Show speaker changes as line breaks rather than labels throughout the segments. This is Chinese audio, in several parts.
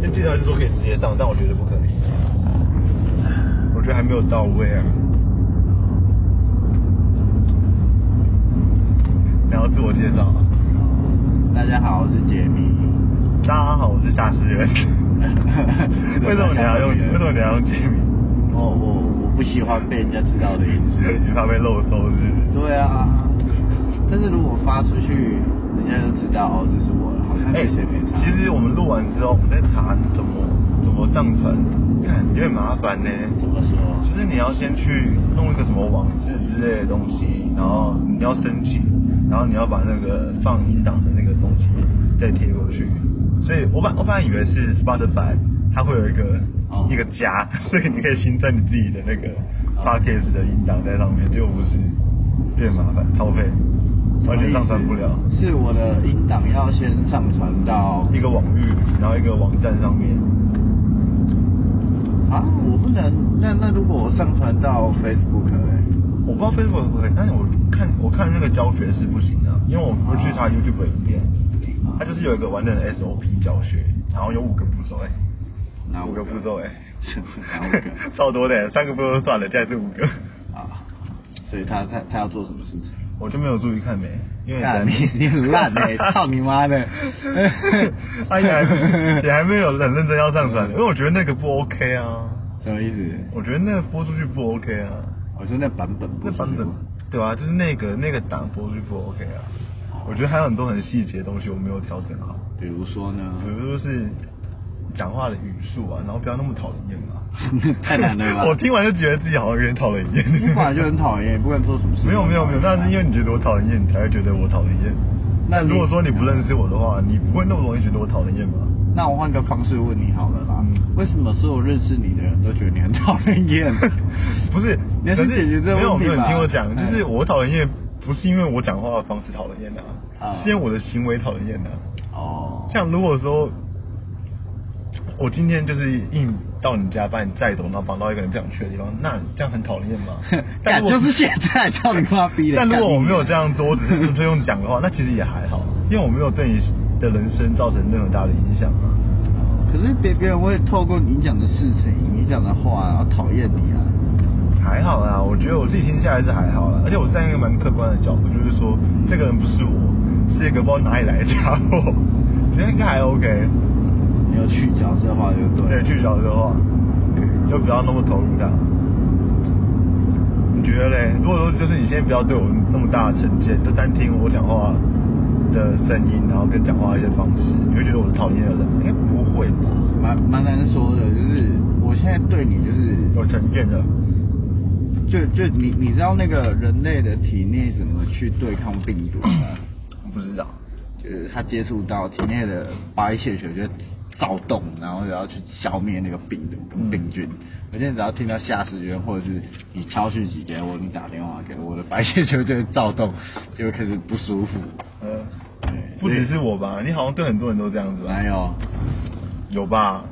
那这条是说可以直接当，但我觉得不可以，我觉得还没有到位啊。然后自我介绍，啊
大家好，我是杰米。
大家好，我是夏思源。 为什么你要用？为什么你要用杰米？
我哦我我不喜欢被人家知道的隐私。
你怕被漏搜是不是？
对啊，但是如果发出去，人家就知道哦，这是我了，好像
哎、
这些没差。
其实我们录完之后，我们在查怎么怎么上传，看有点麻烦呢、
怎么说？
就是你要先去弄一个什么网志之类的东西，然后你要申请，然后你要把那个放音档的那个东西再贴过去。所以我本我本来以为是 Spotify，它会有一个、
哦
一个夹，所以你可以新增你自己的那个
哦
podcast 的音档在上面，结果不是，有点麻烦，超费，完全上传不了。
是我的音档要先上传到
一个网域，然后一个网站上面，
啊，我不能。那那如果我上传到 Facebook 呢？
我不知道 Facebook 可不可以，但是我看我看那个教学是不行的，因为我我去
哦
查 YouTube 的影片，它就是有一个完整的 SOP 教学，然后有五个步骤哎、
哪
五个 步骤哎、
哪五个
超多的、欸，三个步骤算了，现在是五个，
啊，所以他他他要做什么事情？
我就没有注意看没，因为
干啊你你很烂 欸操你妈的
他也还也哎还没有很认真要上传，因为我觉得那个不 OK 啊，
什么意思？
我觉得那个播出去不 OK 啊。
我说那版本不
那版本
是
对啊，就是那个那个档播就不 OK 啊。我觉得还有很多很细节的东西我没有调整好，
比如说呢？
比如说是讲话的语速啊，然后不要那么讨人厌嘛。
太难了吧？
我 听完就觉得自己好像有点讨人厌。
你 本来就很讨厌，不管做什么事。
没有没有没有，那是因为你觉得我讨人厌，你才会觉得我讨人厌。
那你
如果说你不认识我的话，你不会那么容易觉得我讨人厌吧？
那我换个方式问你好了啦，
嗯
为什么所有认识你的人都觉得你很讨 人厌？
不是，
你要
可
先
是
解决这个
没有
问
没
题
有，你
吧
听我讲，
哎
就是我讨人厌，不是因为我讲话的方式讨人厌的、啊
啊，
是因为我的行为讨人厌的、啊。
哦，？
像如果说我今天就是硬到你家把你载走，然后绑到一个人不想去的地方，那这样很讨人厌吗 但
干
如果
就是现在操你妈逼的
但如
干
果
你
我没有
娘
这样做，我只是纯粹用讲的话， 那其实也还好，因为我没有对你的人生造成任何大的影响啊。
哦可是别别人会透过你讲的事情、你讲的话，然后讨厌你啊。
还好啦，我觉得我自己听下来是还好啦，而且我站在一个蛮客观的角度，就是说这个人不是我，是一个不知道哪里来的家伙， 觉得应该还 OK。
你有去角色化就对。
对，。去小的话，就不要那么投入他。你觉得嘞？如果说就是你先不要对我那么大的成见，就单听我讲话的声音，然后跟讲话的一些方式，你会觉得我是讨厌的人吗？应该不会吧？
蛮蛮难说的，就是我现在对你就是
有成见的，
就就你你知道那个人类的体内怎么去对抗病毒 吗？
我不知道。
就是它接触到体内的白血球就躁动，然后就要去消灭那个病毒
嗯
跟病菌。我现在只要听到下士元或者是你敲讯息给我，你打电话给我，我的白血球就会躁动，就会开始不舒服。
呃，
对哎
不只是我吧？你好像对很多人都这样子吧
没？有，
有吧？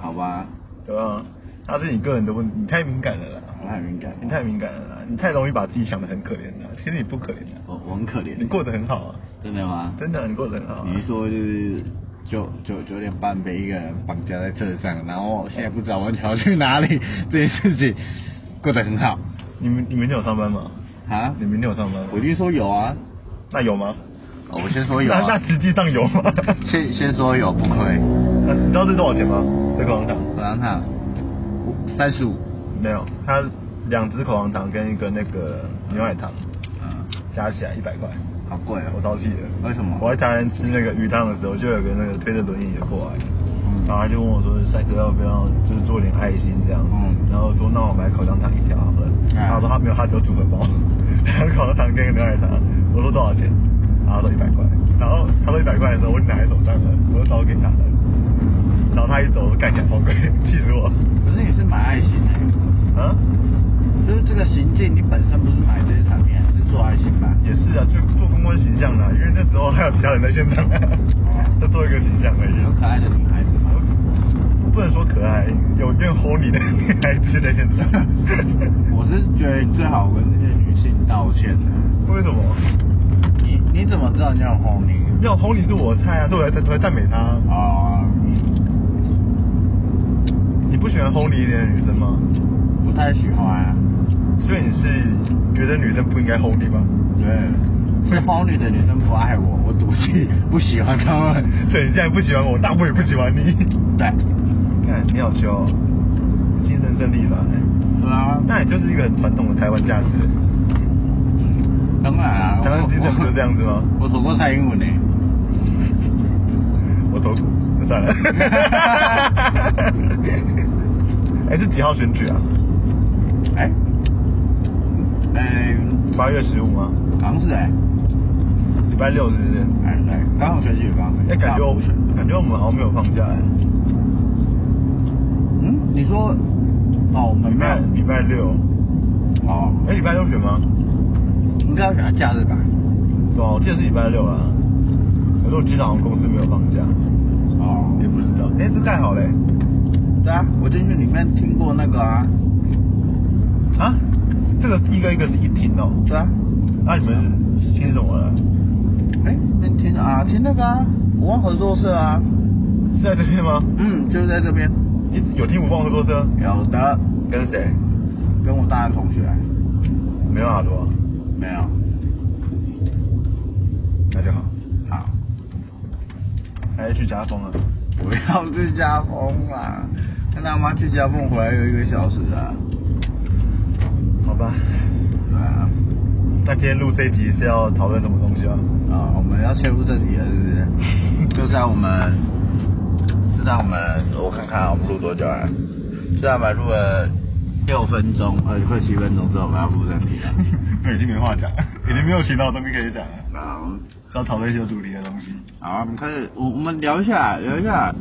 好吧，
对吧？那是你个人的问题，你太敏感了啦，
我太敏感了，
你太敏感了啦，你太容易把自己想的很可怜了。其实你不可怜的，
我哦我很可怜。
你过得很好啊，
真的吗？
真的你过得很好、啊。
你一说就是九九九点半被一个人绑架在车上，然后现在不知道我要去哪里， 这件事情过得很好
你明你明天有上班吗？
啊
你。明天有上班吗？
我一定说有啊，
那有吗？
哦我先说有啊
那那实际上有吗？
先先说有，不亏。
那你知道这多少钱吗？这口香糖
我让他三十五，
没有，它两只口香糖跟一个那个牛奶糖
嗯，
加起来一百块，
好贵
我
哦。
超气的。
为什么
我在台南吃那个鱼汤的时候，就有个那个推着轮椅的过来，
嗯
然后他就问我说：“帅哥要不要就是做点爱心这样？”
嗯
然后我说：“那我买口香糖一条好了。”
哎
他说：“他没有，他只有组合包， 两个口香糖跟一个牛奶糖。”我说：“多少钱？”然后他说：“一百块。”然后他说一百块的时候，我就拿在手上了，我就找给他了。然后他一走，我说：“干起来超贵， 气死我
可是你是买爱心的，！”
啊，
就是这个行径，你本身不是买这些产品，你是做爱心吧？
也是啊，就做公关形象啦，因为那时候还有其他人在现场， 就做一个形象而已。
有可爱的女孩子吗？
不能说可爱，有愿吼你的 女孩子在现场。
我是觉得你最好跟这些女性道歉的。
为什么？
你你怎么知道人家有 horny？
没有红领是我的菜啊，所以我才才赞美他。
啊、
你不喜欢红领一点的女生吗？
不太喜欢、啊
所以你是觉得女生不应该红领吗？
对，是红女的女生不爱我，我赌气不喜欢她们。
对，你现在不喜欢我，那我也不喜欢你。
对，
看，你好凶、哦，精神胜利了。
对啊，
那你就是一个很传统的台湾价值。
当然啊，
台湾精神不就这样子吗
我我走过蔡英文呢、
我投，那算了。 哎、是几号选举啊？
哎、哎、
八月十五吗？
好像是哎、
礼拜六是不是？
哎对，刚好选举刚好选举
哎、感觉我感觉我们好像没有放假哎、
嗯，你说哦，我们
礼
没
拜
有
礼拜六，
哦，
哎、礼拜六选吗？
应该要选假日吧？
对啊，我记得是礼拜六啦。可是我记得好像公司没有放假，
哦
也不知道。哎、这太好嘞、
对啊，我进去里面听过那个啊，
啊，这个一个一个是一听哦。
对啊，
那、你们是听什么了？
哎，那你听啊，听那个啊，无望合作社啊，
是在这边吗？
嗯，就是在这边
你有听无望合作社？
有的，
跟谁？
跟我大学同学
没有耳朵、啊，
没有，
那就好。
好，
还是去家风了。
不要去家风啦，跟他妈去家风回来有一个小时啊，
好吧，
对啊，
那今天录这一集是要讨论什么东西啊？
啊，我们要切入正题了，是不是？就在我们，就在我们，我看看啊我们录多久啊？就在我们录了六分钟，呃，快七分钟之后，我们要录正题了。
那已经没话 讲了，已经没有其他东西可以讲了，
好，
要讨论一些有主题的东 西。
好，我们开始，我我们聊一下，聊一下，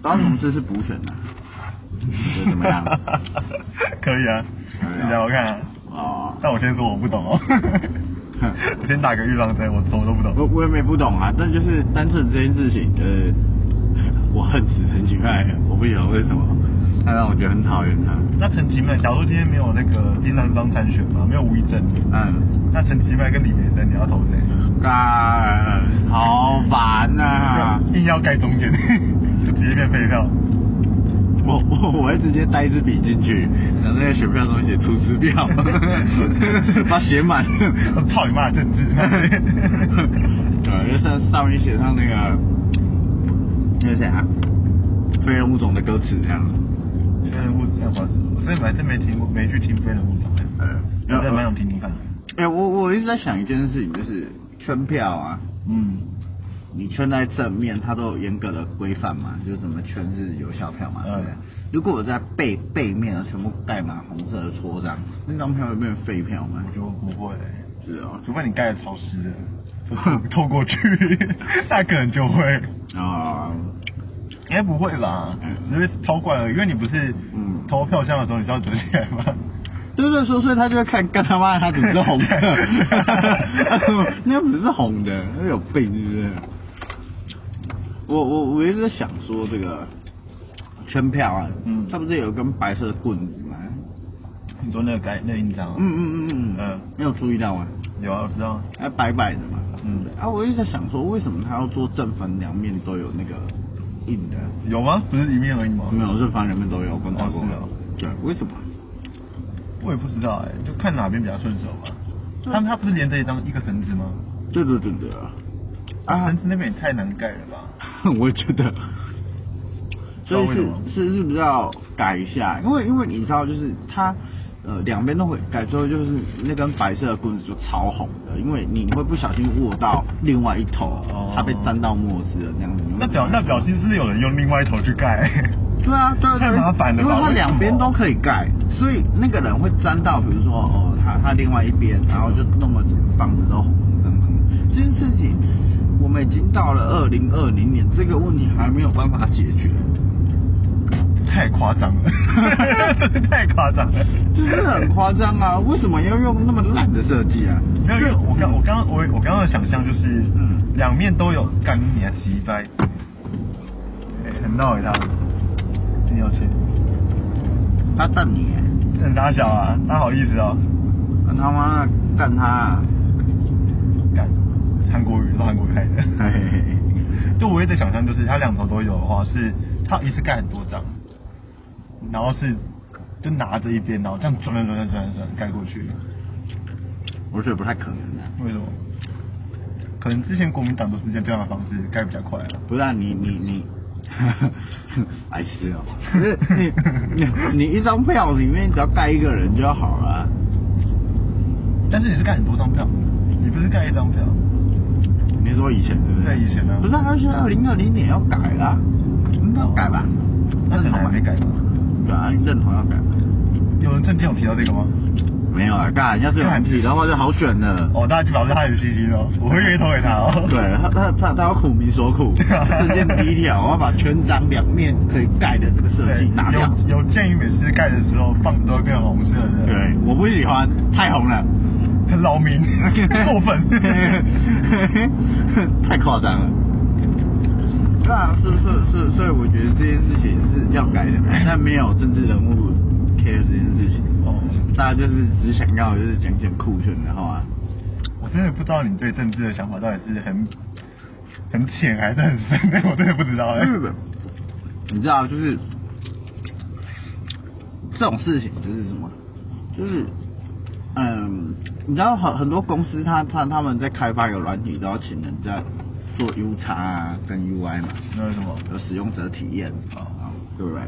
高雄这次补选的、你觉得怎么样？
可以啊，
可以啊
你聊聊看啊。
哦，
但我先说我不懂哦， 我先打个预防针，我什么都不懂。
我我也没不懂啊，但就是单纯这件事情，呃， 我恨死陈其迈了，我不晓得为什么，他让我觉得很讨厌他。
那陈其迈，假如今天没有那个第三方参选嘛，没有吴一正，
嗯，
那陈其迈跟李梅珍，你要投谁？
干，好烦啊！
硬要盖中间， 就直接变废票。
我我我会直接带一支笔进去，然后在选票上面写出资票， 把 写满。
操你 妈的政治！
对，就上呃上面写上那个那个谁啊，飞人物种的歌词这样。
飞人物战法是什么？所以还真没听过，没去听飞人物战。
呃
我真的蛮想听听看的。
哎、我我一直在想一件事情，就是圈票啊，
嗯，
你圈在正面，它都有严格的规范嘛，就是怎么圈是有效票嘛，对不对
嗯？
如果我在背背面啊，全部盖满红色的戳章，那张票会变废票吗
我？觉得不会，
是哦，
除非你盖的潮湿的， 透过去，那可能就会。嗯
啊、
应该不会吧？只是超怪了，因为你不是
嗯
投票箱的时候你是要折起来吗？
对对说，所以他就会看，干他妈的，他怎么是 红的？那不是红的，那有病是不是？我我我一直在想说这个圈票啊，
嗯
它不是有一根白色的棍子吗？
你说那个盖那个印章啊，
嗯嗯嗯嗯
嗯
嗯，你有注意到吗？
有啊，我知道啊。
还白白的嘛，
嗯
嗯，啊，我一直在想说，为什么他要做正反两面都有那个印的？
有吗？不是一面而已吗？
没有，正反两面都有，我跟他
哦
过
是哦。
对，为什么？
我也不知道哎、就看哪边比较顺手吧。他们他不是连着一张一个绳子吗？
对对对对啊！ 啊
绳，子那边也太难盖了吧？
我也觉得，所以
不知道为什
是
么
是是不是要改一下？因为因为你知道，就是它呃两边都会改之后，就是那根白色的棍子就超红的，因为你会不小心握到另外一头，
哦
它被沾到墨汁了那样子。
那表那表示是有人用另外一头去盖，
对啊，对啊对啊，
太麻烦了吧
因为它两边
为什么
都可以盖，所以那个人会沾到，比如说哦，他他另外一边，然后就弄了整个房子都红这样子。这件事情我们已经到了二零二零年，这个问题还没有办法解决，
太夸张 了，太夸张了。
就是很夸张啊！为什么要用那么烂的设计啊？
没有，因为我刚我刚我我刚刚的想象就是，
嗯
两面都有干你啊，鸡掰，哎很闹给他，真有钱，
他瞪你耶，
很大小啊，他好意思哦，
他妈干他啊、
干，韩国语都韩国语拍
嘿嘿嘿
的。就唯一的想象就是，它两头都有的话，是它一次盖很多张，然后是就拿着一边，然后这样转转转转转转盖过去。
我觉得不太可能的、啊
为什么？可能之前国民党都是这样的方式盖比较快啊。
不是、啊、你你你， 白 痴哦、不是你你你一张票里面只要盖一个人就好了啊。
但是你是盖很多张票，你不是盖一张票。
你说以前对不对？
对以前啊
不是、啊，而且二零二零年要改啦，
真的哦
要改吧？
那你还没改吗？
对啊，认同要改。
有人正经有提到这个吗？
没有啊，干，要是有 人提的话就好选了。
哦，大家就表示他有信心哦，我会愿意投给他 哦。
对他，他他他要苦民所苦， 这件第一条，我要把全掌两面可以盖的这个设计
对
拿掉。
有有建议每次盖的时候放都会变红色的，，
对，我不喜欢，太红了，
很扰 民，过分。
太夸张了。对啊，是是是，所以我觉得这件事情是要改的，但没有政治人物 care 这件事情，
哦，
大家就是只想要就是讲讲酷炫的话、
我真的不知道你对政治的想法到底是很很浅还是很深， 我真的不知道哎、
日本，你知道就是这种事情就是什么？就是嗯，你知道很很多公司它它他们在开发一个软体都要请人在做 U 叉啊跟 UI 嘛，
那是什么？
有使用者体验
哦
啊，对不对？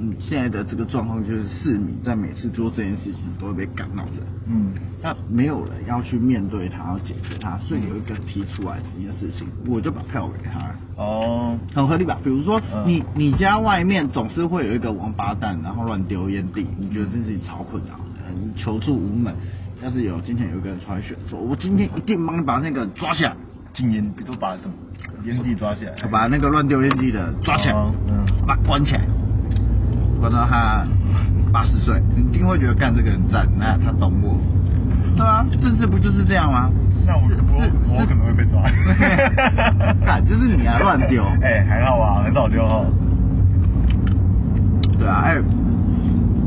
嗯，现在的这个状况就是市民在每次做这件事情都会被干扰着，
嗯，
那没有人要去面对它，要解决它，所以有一个提出来这件事情，我就把票给他了。
哦，
很合理吧？比如说
嗯
你你家外面总是会有一个王八蛋，然后乱丢烟蒂，你觉得这件事情超困扰的，你求助无门。要是有今天有一个人出来选，说我今天一定帮你把那个抓起来，
禁烟，就把什么烟蒂抓起来，
把那个乱丢烟蒂的抓起来，
哦嗯
把他关起来，关到他八十岁，你一定会觉得干这个人赞，那他懂我。对啊，政治不就是这样吗？
那我
是是
我我
是。
可能会被抓
干就是你啊，乱丢。
哎、还好啊，很早丢哈。
对啊，哎、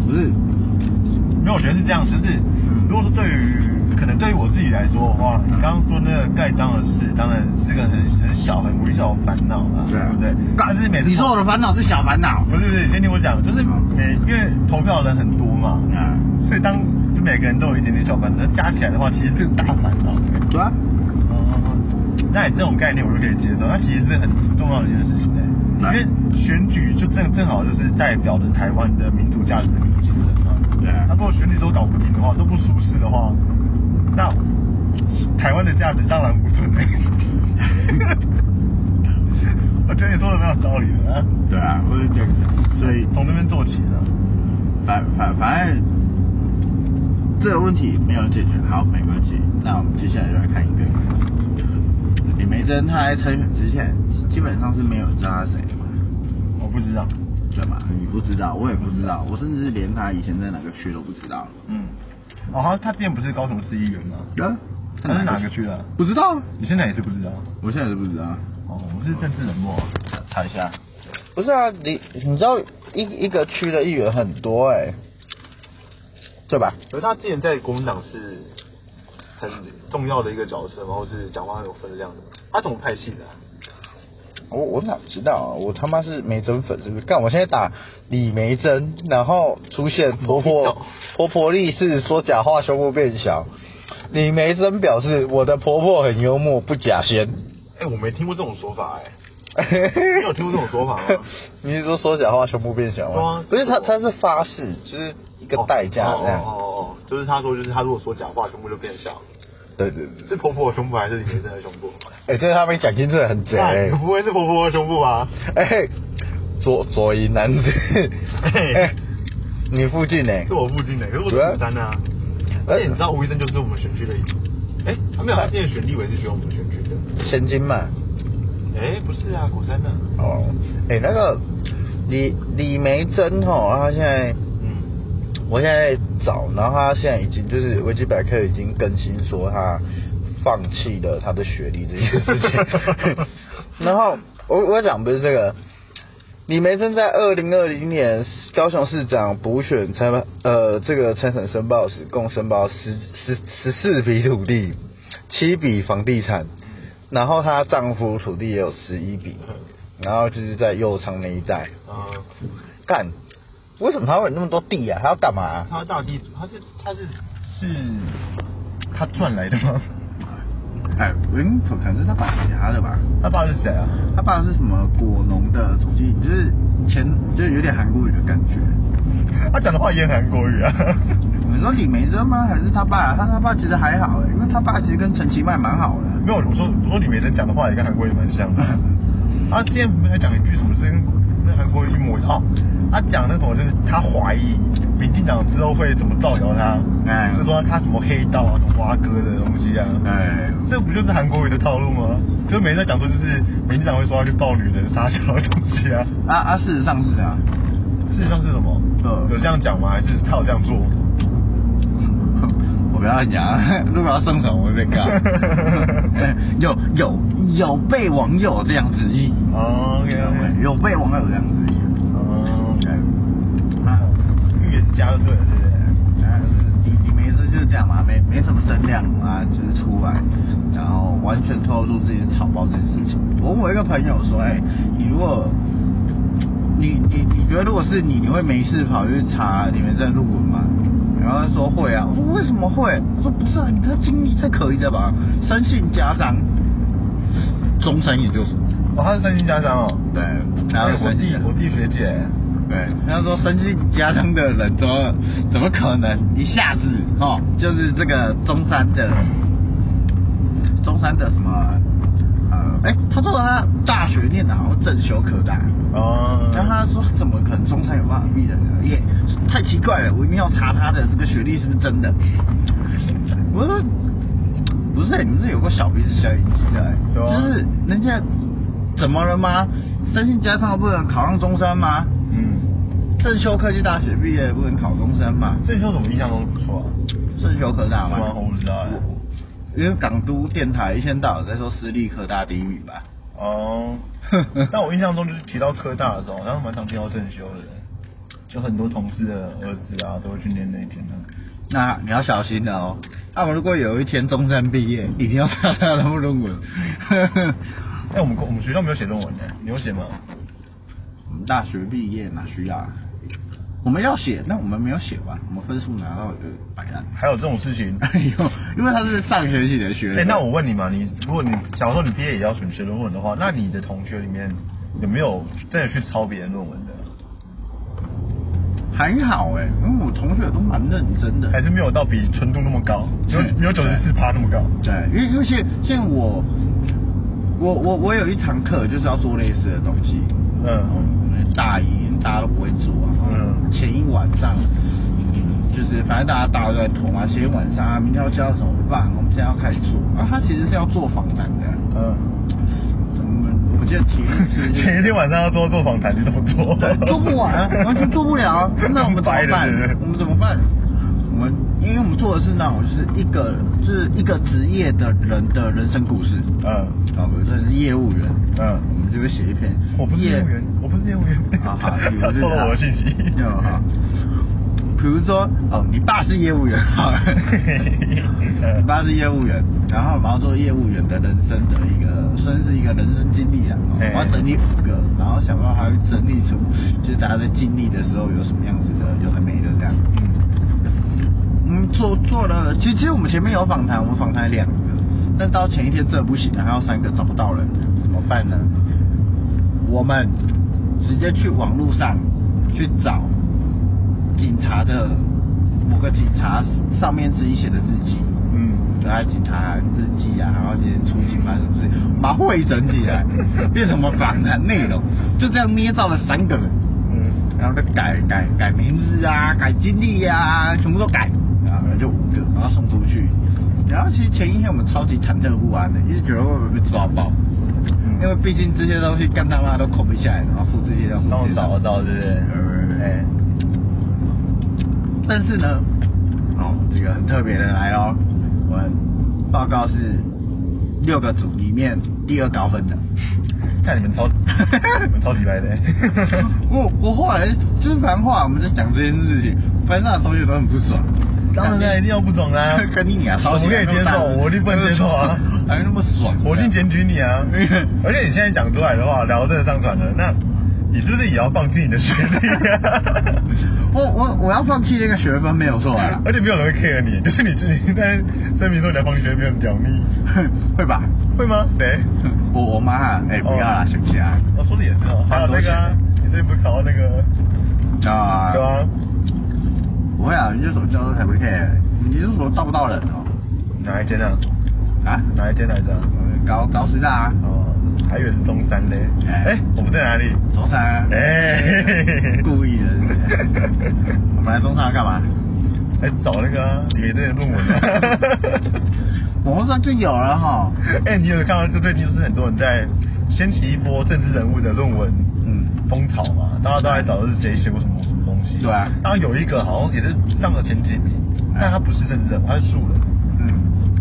不是，
因为我觉得是这样，就是
嗯
如果说对于可能对于我自己来说的话，你刚刚说那个盖章的事，当然是个很很小很微小的烦恼啦，
对啊
不对？但是每次
你说我的烦恼是小烦恼，
不是不是，先听我讲，就是每因为投票的人很多嘛，
啊，
所以当就每个人都有一点点小烦恼，加起来的话，其实是个大烦恼。
对啊，
哦，那你这种概念我就可以接受，那其实是很重要的一件事情哎、
来
因为选举就正正好就是代表着台湾的民主价值跟精神嘛。
对啊
那如果选举都搞不定的话，都不舒适的话，那台湾的价值当然无存哎、 我觉得你说的蛮有道理的、啊，
对啊，我是这样想，所以
从那边做起啊的。
反反反正这个问题没有解决，好，没关系，那我们接下来就来看一个，李梅珍她在参选之前基本上是没有知道她是谁的嘛，
我不知道，
对吧？你不知道，我也不知道，我甚至连她以前在哪个区都不知道。
嗯，哦，他他之前不是高雄市议员吗？
啊，
他是哪个区的啊？
不知道，
你现在也是不知道？
我现在是不知道。
哦，我们是政治冷漠啊、
查一下。不是啊，你你知道一一个区的议员很多哎、对吧？
可是他之前在国民党是很重要的一个角色嘛，或是讲话很有分量的。他怎么派系的、啊？
我我哪知道啊？我他妈是梅珍粉是不是？干，我现在打李梅珍，然后出现婆婆婆婆力士说假话，胸部变小。李梅珍表示我的婆婆很幽默，不假仙。
哎、我没听过这种说法哎、你有听过这种说法吗？
你是说说假话胸部变小吗？不
对
是，哦
啊
他他是发誓，就是一个代价
哦
这
哦
样。
哦哦，就是他说，就是他如果说假话，胸部就变小。
对对对，
是婆婆的胸部还是李梅珍的胸部？
哎、这他没讲清楚，很贼、
那你不会是婆婆的胸部啊吧？
哎、左左营男子，
嘿
哎、你附近呢、
是我附近的，可是我是
对啊
牡丹啊。而
而且
且你知道吴医生就是我们选区的一，哎、他没有，他之前选立委是选我们选区的。
千金嘛，嗯
哎、不是啊，果山的、啊。
哦，哎、那个李李梅珍哦，她现在
嗯，
我现在找，然后她现在已经就是维基百科已经更新说她放弃了她的学历这件事情，然后我我讲不是这个。李梅珍在二零二零年高雄市长补选参呃这个参选申报时，共申报十十十四笔土地，七笔房地产，
嗯
然后她丈夫土地也有十一笔，然后就是在右昌那一带。
嗯，
干，为什么他会有那么多地啊？他要干嘛、
他到底他是他是是他赚来的吗？
哎，嗯，可能是他爸给他的吧。
他爸是谁啊？
他爸是什么果农的土地，就是前就是有点韩国语的感觉。
他讲的话也很韩国语啊。
你说李梅珍吗？还是他爸？他他爸其实还好，欸因为他爸其实跟陈其迈蛮好的。
没有，我说我说李梅珍讲的话也跟韩国语蛮像的。 他之前不是还讲一句什么，是跟那韩国语一模一样。哦他讲那种就是他怀疑民进党之后会怎么造谣他，
哎
就说他什么黑道啊、什么挖哥的东西啊，
哎，
这不就是韩国语的套路吗？就每次在讲说就是民进党会说要去抱女人、杀小的东西啊。
啊啊，事实上是啊，
事实上是什么？
嗯
有这样讲吗？还是他有这样做？
我不要讲，啊如果要上传我会被告。 有有有被网友这样质疑，
哦，OK OK，
有被网友这样质疑。
哦，
啊，
预言家就对了，对不对？
啊李李梅珍就是这样嘛，没没什么声量啊，就是出来，然后完全透露自己是草包这件事情。我我一个朋友说，哎、你如果你你你觉得如果是你，你会没事跑去查里面在论文吗？然后他说会啊，我说为什么会？我说不是啊，你这经历这可以的吧？生性家长，终身研究所，
哦，他是三星家长哦。
对，然后
哎我
生
弟
性
我弟学姐，
对，他说生性家乡的人怎么怎么可能一下子哦，就是这个中山的中山的什么呃，哎，他说他大学念的好像正修科大，
哦，
然后他说怎么可能中山有办法避人呢？也太奇怪了，我一定要查他的这个学历是不是真的。我说不是、你们是有个小鼻子小眼睛的、
有啊
就是人家怎么了吗？生性家乡不能考上中山吗？
嗯，
正修科技大学毕业不能考中山嘛？
这修怎么印象中不错啊？
正修科大
是吗？我
嘛，
不知道哎。
因为港都电台一天到晚在说私立科大第一名吧。
哦，但我印象中就是提到科大的时候，好像蛮常听到正修的，就很多同事的儿子啊都会去念那一天的。
那你要小心了哦。那、我如果有一天中山毕业，一定要查他的论文。
哎、我们公我们学校没有写论文的，你有写吗？
我们大学毕业哪需要、啊？我们要写，那我们没有写完，我们分数拿到就摆烂。
还有这种事情？
哎呦，因为他是上学期的学
哎、
生。
那我问你嘛，你如果你假如说你毕业也要选写论文的话，那你的同学里面有没有真的去抄别人论文的？
还好哎、因为我同学都蛮认真的。
还是没有到比纯度那么高，没有
嗯
没有九十四趴那么高？
对，因为因为现现我我我我有一堂课就是要做类似的东西，哦
嗯，
大一大家都不会做啊，
嗯
前一晚上。就是反正大家大家都在拖嘛，前一晚上啊，明天要交怎么办？我们现在要开始做啊，他其实是要做访谈的，
嗯，
我们我记得题目是
前一天晚上要做做访谈，你怎么做？
对，做不完啊，完全做不了啊。那我们怎么
白
办
人
我们怎么办？我们因为我们做的是那种就是一个就是一个职业的人的人生故事
嗯
啊，比如说是业务员，啊
嗯
我，们就会写一篇。
我不是业务员，我不是业务员，
啊，好，比如
他
是
透露我的信息。
嗯好。 比如说，哦，你爸是业务员，好了
嗯
你爸呃是业务员，然后我们要做业务员的人生的一个，算是一个人生经历啊。哦
哎
我要整理五个，然后想办法去整理出，就是大家在经历的时候有什么样子的，有很美的这样。嗯，做做了，其实其实我们前面有访谈，我们访谈两个，但到前一天这不行，还有三个找不到人，怎么办呢？我们直接去网络上去找警察的某个警察上面自己写的日记，
嗯
对啊，警察日记啊，然后这些出警犯什么事情，把它汇整起来，变成我们访谈内容，就这样捏造了三个人。
嗯
然后再改改改名字啊，改经历啊，全部都改，啊然后就五个，然后送出去。然后其实前一天我们超级忐忑不安的，一直觉得会不会被抓包，
嗯
因为毕竟这些东西干他妈都扣不下来，然后复制贴上，
然后找得到，对不对？哎，
但是呢，哦，这个很特别的来哦，我们报告是六个组里面第二高 分的。
看你们超， 你们超级白 的。
我我后来就是反正后来我们在讲这件事情，班上的同学都很不爽。
当然一定要不爽啦
跟你俩
我
超
不
级
可以接受我一定不能接受啊
还没那么爽。
我一定检举你啊！而且你现在讲出来的话，聊真的上传了，那你是不是也要放弃你的学历 啊？
我我我要放弃这个学分没有错啊，
而且没有人会 care 你，就是你是你在声明说你在放弃学历，没有人屌你，
会吧？
会吗？谁？
我我妈啊哎、不要啦，
哦
行不行啊？
我说的也是哦，还有那个、啊，你最近不是考到那个？
啊，
对啊，
不会啊，研究所教授才不 care，研究所到不到人哦？
哪一间啊？
啊？
哪一间来着？
高高师大啊，
哦，还以为是中山嘞。哎、我们在哪里？
中山 啊，
哎
故意的是不是我们来中山干嘛？
哎、找那个、啊、李维正的论文、啊。
网络上就有了哈，
哎、你有看到这最近就是很多人在掀起一波政治人物的论文
嗯，
风潮嘛，大家都在找的是谁写过什么什么东西。
对啊哎
然后有一个好像也是上了前几名，但他不是政治人物，他是素人，
嗯，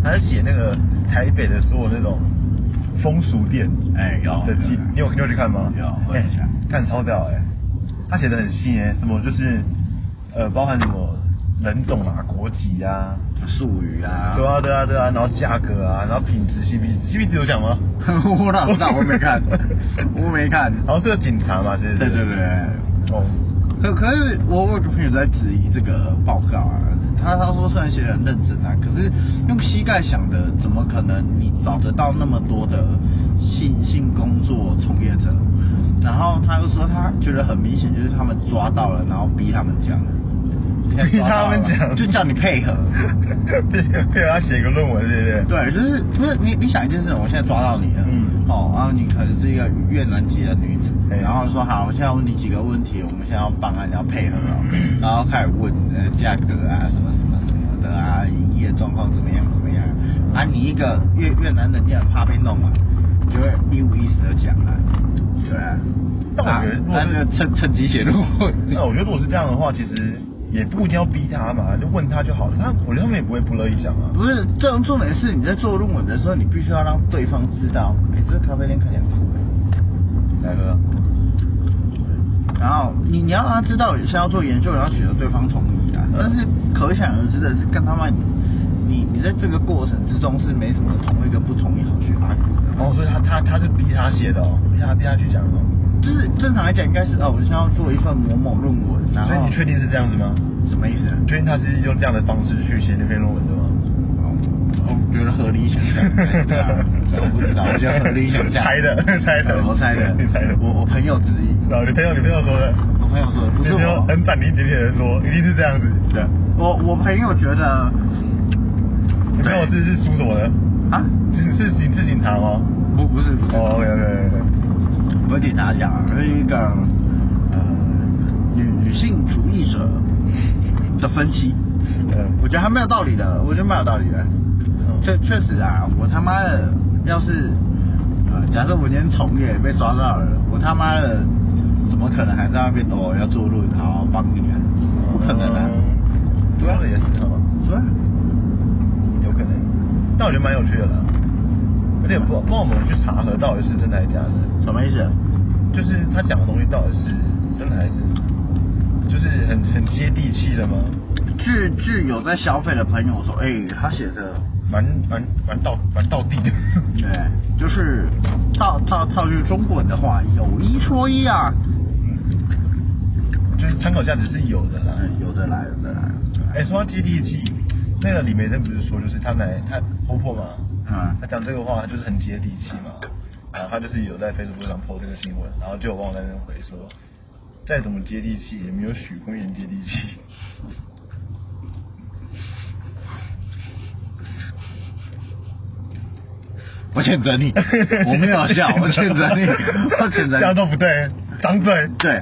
他是写那个台北的所有那种风俗店
哎有
的记，你有你有去看吗？
有我
哎
有去看，
看超屌哎、他写的很细哎、什么就是呃包含什么人种啊、国籍啊，
术语啊，
对，啊，对啊，对啊，然后价格啊，然后品质、CP 值、CP 值有讲吗？，
我哪知道？我没 看我没看。
好像是个警察嘛，是不是？
对对对。
哦，
呃可可是我我有个朋友在质疑这个报告啊，他他说虽然写得很认真啊，可是用膝盖想的，怎么可能你找得到那么多的性性工作从业者？然后他又说他觉得很明显就是他们抓到了，然后逼他们讲，
逼他们讲
就叫你配合。
配配合啊他写一个论文，对不对？
对，就是不是你你想一件事，我现在抓到你了，
嗯
哦，然后你可能是一个越南籍的女子，
哎
然后说好，我现在问你几个问题，我们现在要办案，要配合哦，
嗯
然后开始问呃价格啊，什么什么什么的啊，营业状况怎么样怎么样啊，你一个越越南人，你很怕被弄啊，你就会一五一十的讲啊，对啊，
嗯但我觉得如果
啊
是
那就趁趁机写论文，
那我觉得如果是这样的话，其实也不一定要逼他嘛，就问他就好了。他我觉得他们也不会不乐意讲啊。
不是，这种重点是你在做论文的时候，你必须要让对方知道，哎、这个咖啡店看起来很酷、哎
来喝，
然后你你要让他知道，有些要做研究，然后取得对方同意啊
嗯。
但是可想而知的是，跟他妈你你在这个过程之中是没什么同意跟不同意好去发 u 的。
哦，所以他他他是逼他写的哦，逼他逼他去讲哦。
就是正常来讲，应该是哦，我现在要做一份某某论文，然后
所以你确定是这样子吗？
什么意思？啊
确定他是用这样的方式去写那篇论文的吗？
哦我觉得合理想象，对啊我不知道，我觉得合理想象。
猜 的猜的
呃我猜的，
你猜的
我我朋友质疑，
然后你朋友，你朋友说的，
我朋友说的不
你
是
朋友
我，
很斩钉截铁的说，一定是这样子。对，
我我朋友觉得
你朋友是是属什么的？
啊，
是是警是警察吗？
不不是不是。
哦，OK OK OK。
我警察讲，而一个呃女女性主义者的分析，
嗯
我觉得还蛮有道理的，我觉得蛮有道理的。确确实啊，我他妈的要是呃，假设我今天从业被抓到了，我他妈的怎么可能还在那边哦要做路好好帮你啊？
哦
不可能啊！
呃主要的也是哈，
对啊，
有可能。但我觉得蛮有趣的啦，有点不帮我们去查核到底是真的还是假的，
什么意思？
就是他讲的东西到底是真的还是，就是很很接地气的吗？
据据有在消费的朋友说，哎、他写的
蛮蛮蛮到蛮到地的。
对，就是套套套句中国人的话，有一说一啊，
嗯就是参考价值是有的啦。
嗯，有的来，有的来，
哎、说到接地气，那个李梅珍不是说，就是她奶她婆婆嘛，
嗯
她讲这个话就是很接地气嘛，然后她就是有在 Facebook 上 po 这个新闻，然后就有网友在那边回说，再怎么接地气也没有许坤元接地气。
我谴责你，我没有笑，我谴责你，我谴
这
责
样
你。
都不对，张嘴。
对，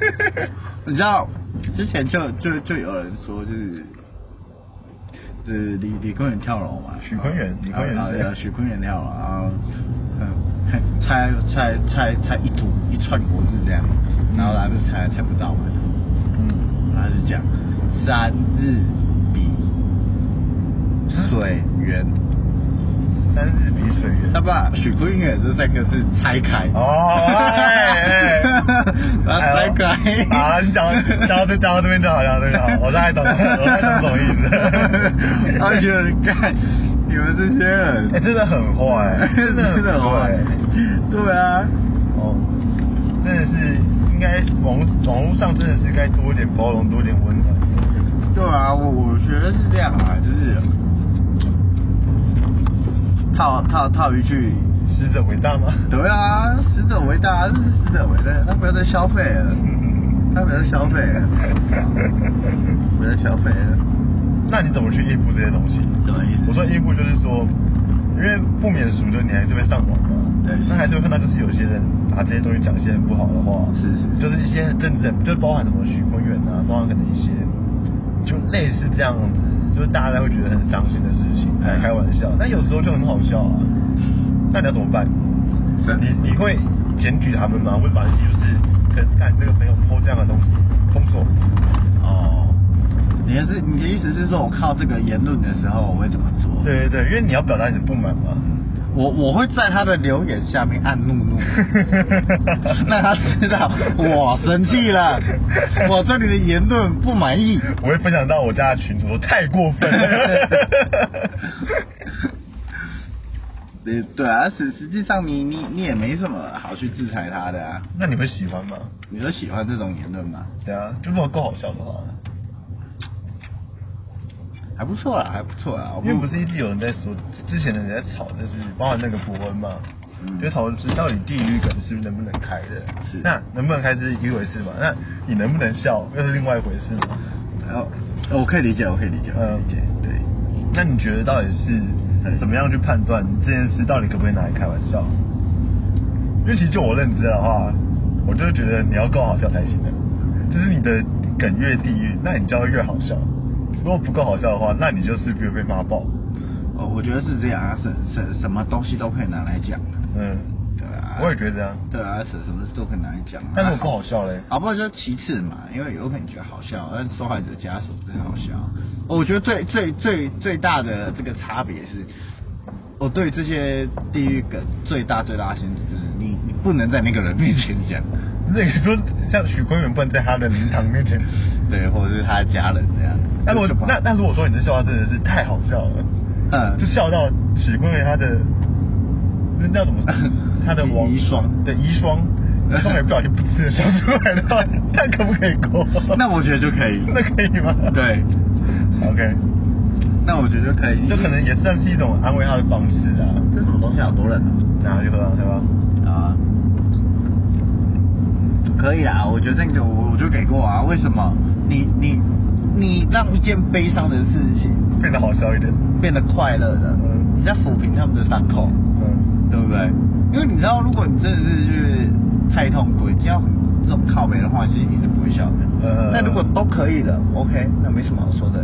你知道之前就就就有人说就是。就是李李坤元跳楼嘛？
许坤元李坤元
啊
是谁
对啊许坤元跳楼，然后嗯，猜猜猜猜一组一串国字这样，然后他就猜猜不到嘛，
嗯，
然后就讲山日比水源，
三日比水源。
他把许坤元这三个字拆开。
哦， 哎哎
把它拆开。
啊，你讲讲到这讲到这
啊
边就好，讲到这边就好，我大概懂，我大概懂什么意思。
啊他觉得干你们这些人，
哎、真的很坏，
哎真的
真的很
坏
坏。，
对啊，
哦，真的是应该网网络上真的是该多一点包容，多一点温暖。
对啊，我我觉得是这样啊，就是套套套一句，
死者伟大吗？
对啊，死者为大，是死者为大，他不要再消费了，他不要再消费了，不要再消费了，
那你怎么去应付这些东西？
什么意
我说应付就是说，因为不免俗的，你还是会上网嘛。
对
那还是会看到，就是有些人拿这些东西讲一些不好的话，
是是
就是一些政治人，就是包含什么许坤远啊，包含可能一些，就类似这样子，就是大家会觉得很伤心的事情，来开玩笑。但有时候就很好笑啊，那你要怎么办？你你会检举他们吗？会把你就是可能干这个朋友偷这样的东西封锁？
哦，你的是你的意思是说我靠这个言论的时候，我会怎么做？
对对对，嗯因为你要表达你的不满嘛。
我我会在他的留言下面按 怒怒， 让他知道我生 气了，我对你的言论不满意。
我会分享到我家的群组，我太过 分了。
对对啊，实实际上你你你也没什么好去制裁他的啊。
那你会喜欢吗？
你说喜欢这种言论吗？
对啊，就如果够好笑的话，
还不错啊啦，还不错啦。我
因为不是一直有人在说，之前的人在吵，就是包含那个伯恩嘛，
嗯
就讨论是到底地狱梗是不是能不能开的
是，
那能不能开是一回事嘛，那你能不能笑又是另外一回事嘛。
哦，我可以理解，我可以理解，我
嗯
可以理解。
呃对。那你觉得到底是呃怎么样去判断这件事到底可不可以拿来开玩笑？因为其实就我认知的话，我就觉得你要够好笑才行的，就是你的梗越地狱，那你就要越好笑。如果不够好笑的话，那你就是比如被骂爆。
哦，我觉得是这样啊，什什什么东西都可以拿来讲啊，
嗯，
对啊。
我也觉得这样
对啊，什什么事都可以拿来讲、啊。
但是我不好笑嘞
好不好就是其次嘛，因为有可能觉得好笑，但是受害者家属真的好笑。哦我觉得最最最最大的这个差别是，我对这些地狱梗最大最大的限制就是你，你不能在那个人面前讲，
那你说像许坤元不能在他的灵堂面前，
对，或者是他家人这样。
那如果
就不好
那那如果说你的笑话真的是太好笑了，
嗯，
就笑到许坤元他的那叫 什么？他的王
遗孀
对遗孀，遗孀也不小心噗嗤笑出来的话，那可不可以过？
那我觉得就可以。
哦那可以吗？
对，
，OK，
那我觉得就可以。
这可能也算是一种安慰他的方式啊。
这什么东西好多人啊？
然后就喝啊，对吧？
啊，可以啦，我觉得那个我我就给过啊。为什么？你你你让一件悲伤的事情
变得好笑一点。
变得快乐的，
嗯
你在抚平他们的伤口，
嗯，
对不对？因为你知道，如果你真的是就是太痛苦，你要这种靠北的话，其实你是不会笑的。
呃
那如果都可以了，OK，那没什么好说的。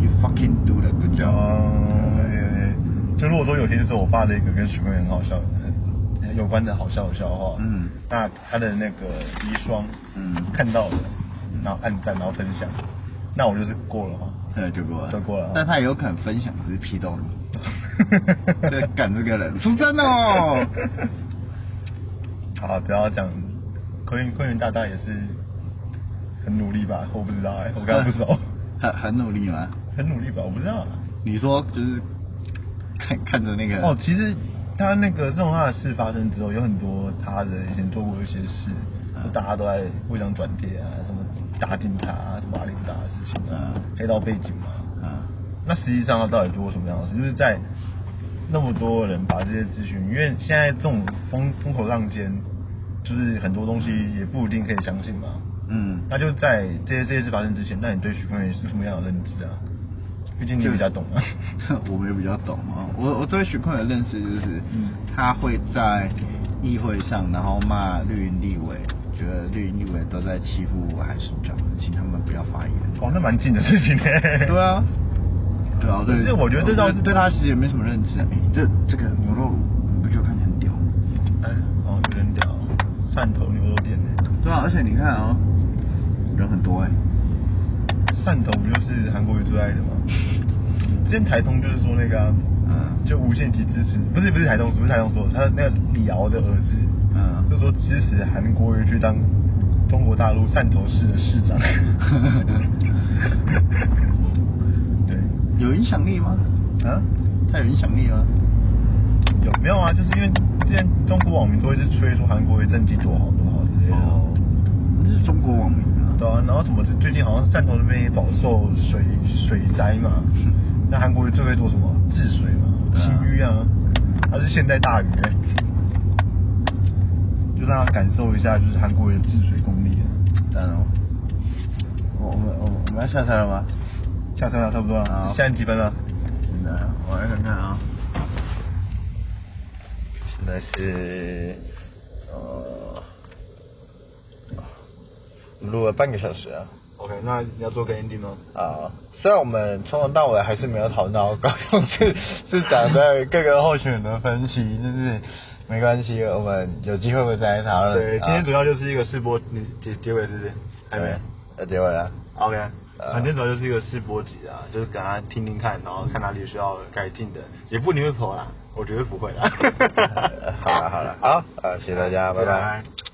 You fucking do the good job、
嗯，哦就如果说有天就是我发了一个跟许坤元很好笑的呃有关的好笑的笑话，
嗯
那他的那个遗孀，
嗯
看到了，然后按赞，然后分享，那我就是过了嘛。
对，就过了，
就过了
但他也有可能分享只是批斗你，对，干这个人出征哦。
好，不要讲，坤元坤元大大也是很努力吧？我不知道哎、 我跟他不熟，
很很努力吗？
很努力吧？我不知道、
你说就是看看着那个
哦，其实他那个这种他的事发生之后，有很多他的以前做过的一些事，
嗯
就大家都在互相转贴啊，什么打警察啊，什么阿里不达的事情啊
嗯，
黑道背景啊。
啊，
那实际上他到底做过什么样的事？就是在那么多人把这些资讯，因为现在这种风风口浪尖，就是很多东西也不一定可以相信嘛。
嗯，
那就在这些这些事发生之前，那你对许坤元是什么样的认知啊？毕竟你比较懂啊。
我们也比较懂啊。我我对许坤的认识就是，
嗯
他会在议会上，然后骂绿营立委，觉得绿营立委都在欺负海市长，请他们不要 发言。
哦，那蛮近的事情呢、欸
对啊，对啊，对。
可是我觉得这
对
倒
对他其实也没什么认知啊。哎这这个牛肉你不觉得看起来很屌吗？
哎，哦，有点屌，汕头牛肉店欸呢？
对啊，而且你看啊、人很
欸
多哎、
汕头不就是韩国瑜最爱的吗？之前台通就是说那个、啊，
呃
嗯
就无限期支持，不是不是台通，不是台通说，他那个李敖的儿子，
呃
嗯
啊就说支持韩国瑜去当中国大陆汕头市的市长。对，
有影响力吗？
啊，
太有影响力了。
有没有啊？就是因为之前中国网民都一直吹说韩国的政绩多好多好之类的。
哦，那是中国网民啊。
对啊，然后怎么最近好像汕头那边也饱受水水灾嘛，那韩国最会做什么？治水嘛，
对啊
清淤啊，它是现代大雨、欸，就让他感受一下就是韩国的治水功力、啊。
赞哦。我我们我们我们要下台了吗？
下车了，差不多了
好，
现在几分了？
现在我来看看啊。
现在是呃，录了半个小时啊。
OK，那你要做个 ending 吗？
啊，虽然我们从头到尾还是没有讨论到高中市 市长对各个候选人的分析，但是没关系，我们有机会会再讨论。啊
对，今天主要
要
就是一个试播，你结结尾是不是？还没。
要结尾了。
OK，
呃。
反正主要就是一个试播集啊，就是给大家听听看，然后看哪里需要改进的，也不一 定会跑啦，我绝对不会啦
好了好了，好，呃，谢谢大家，拜拜
拜。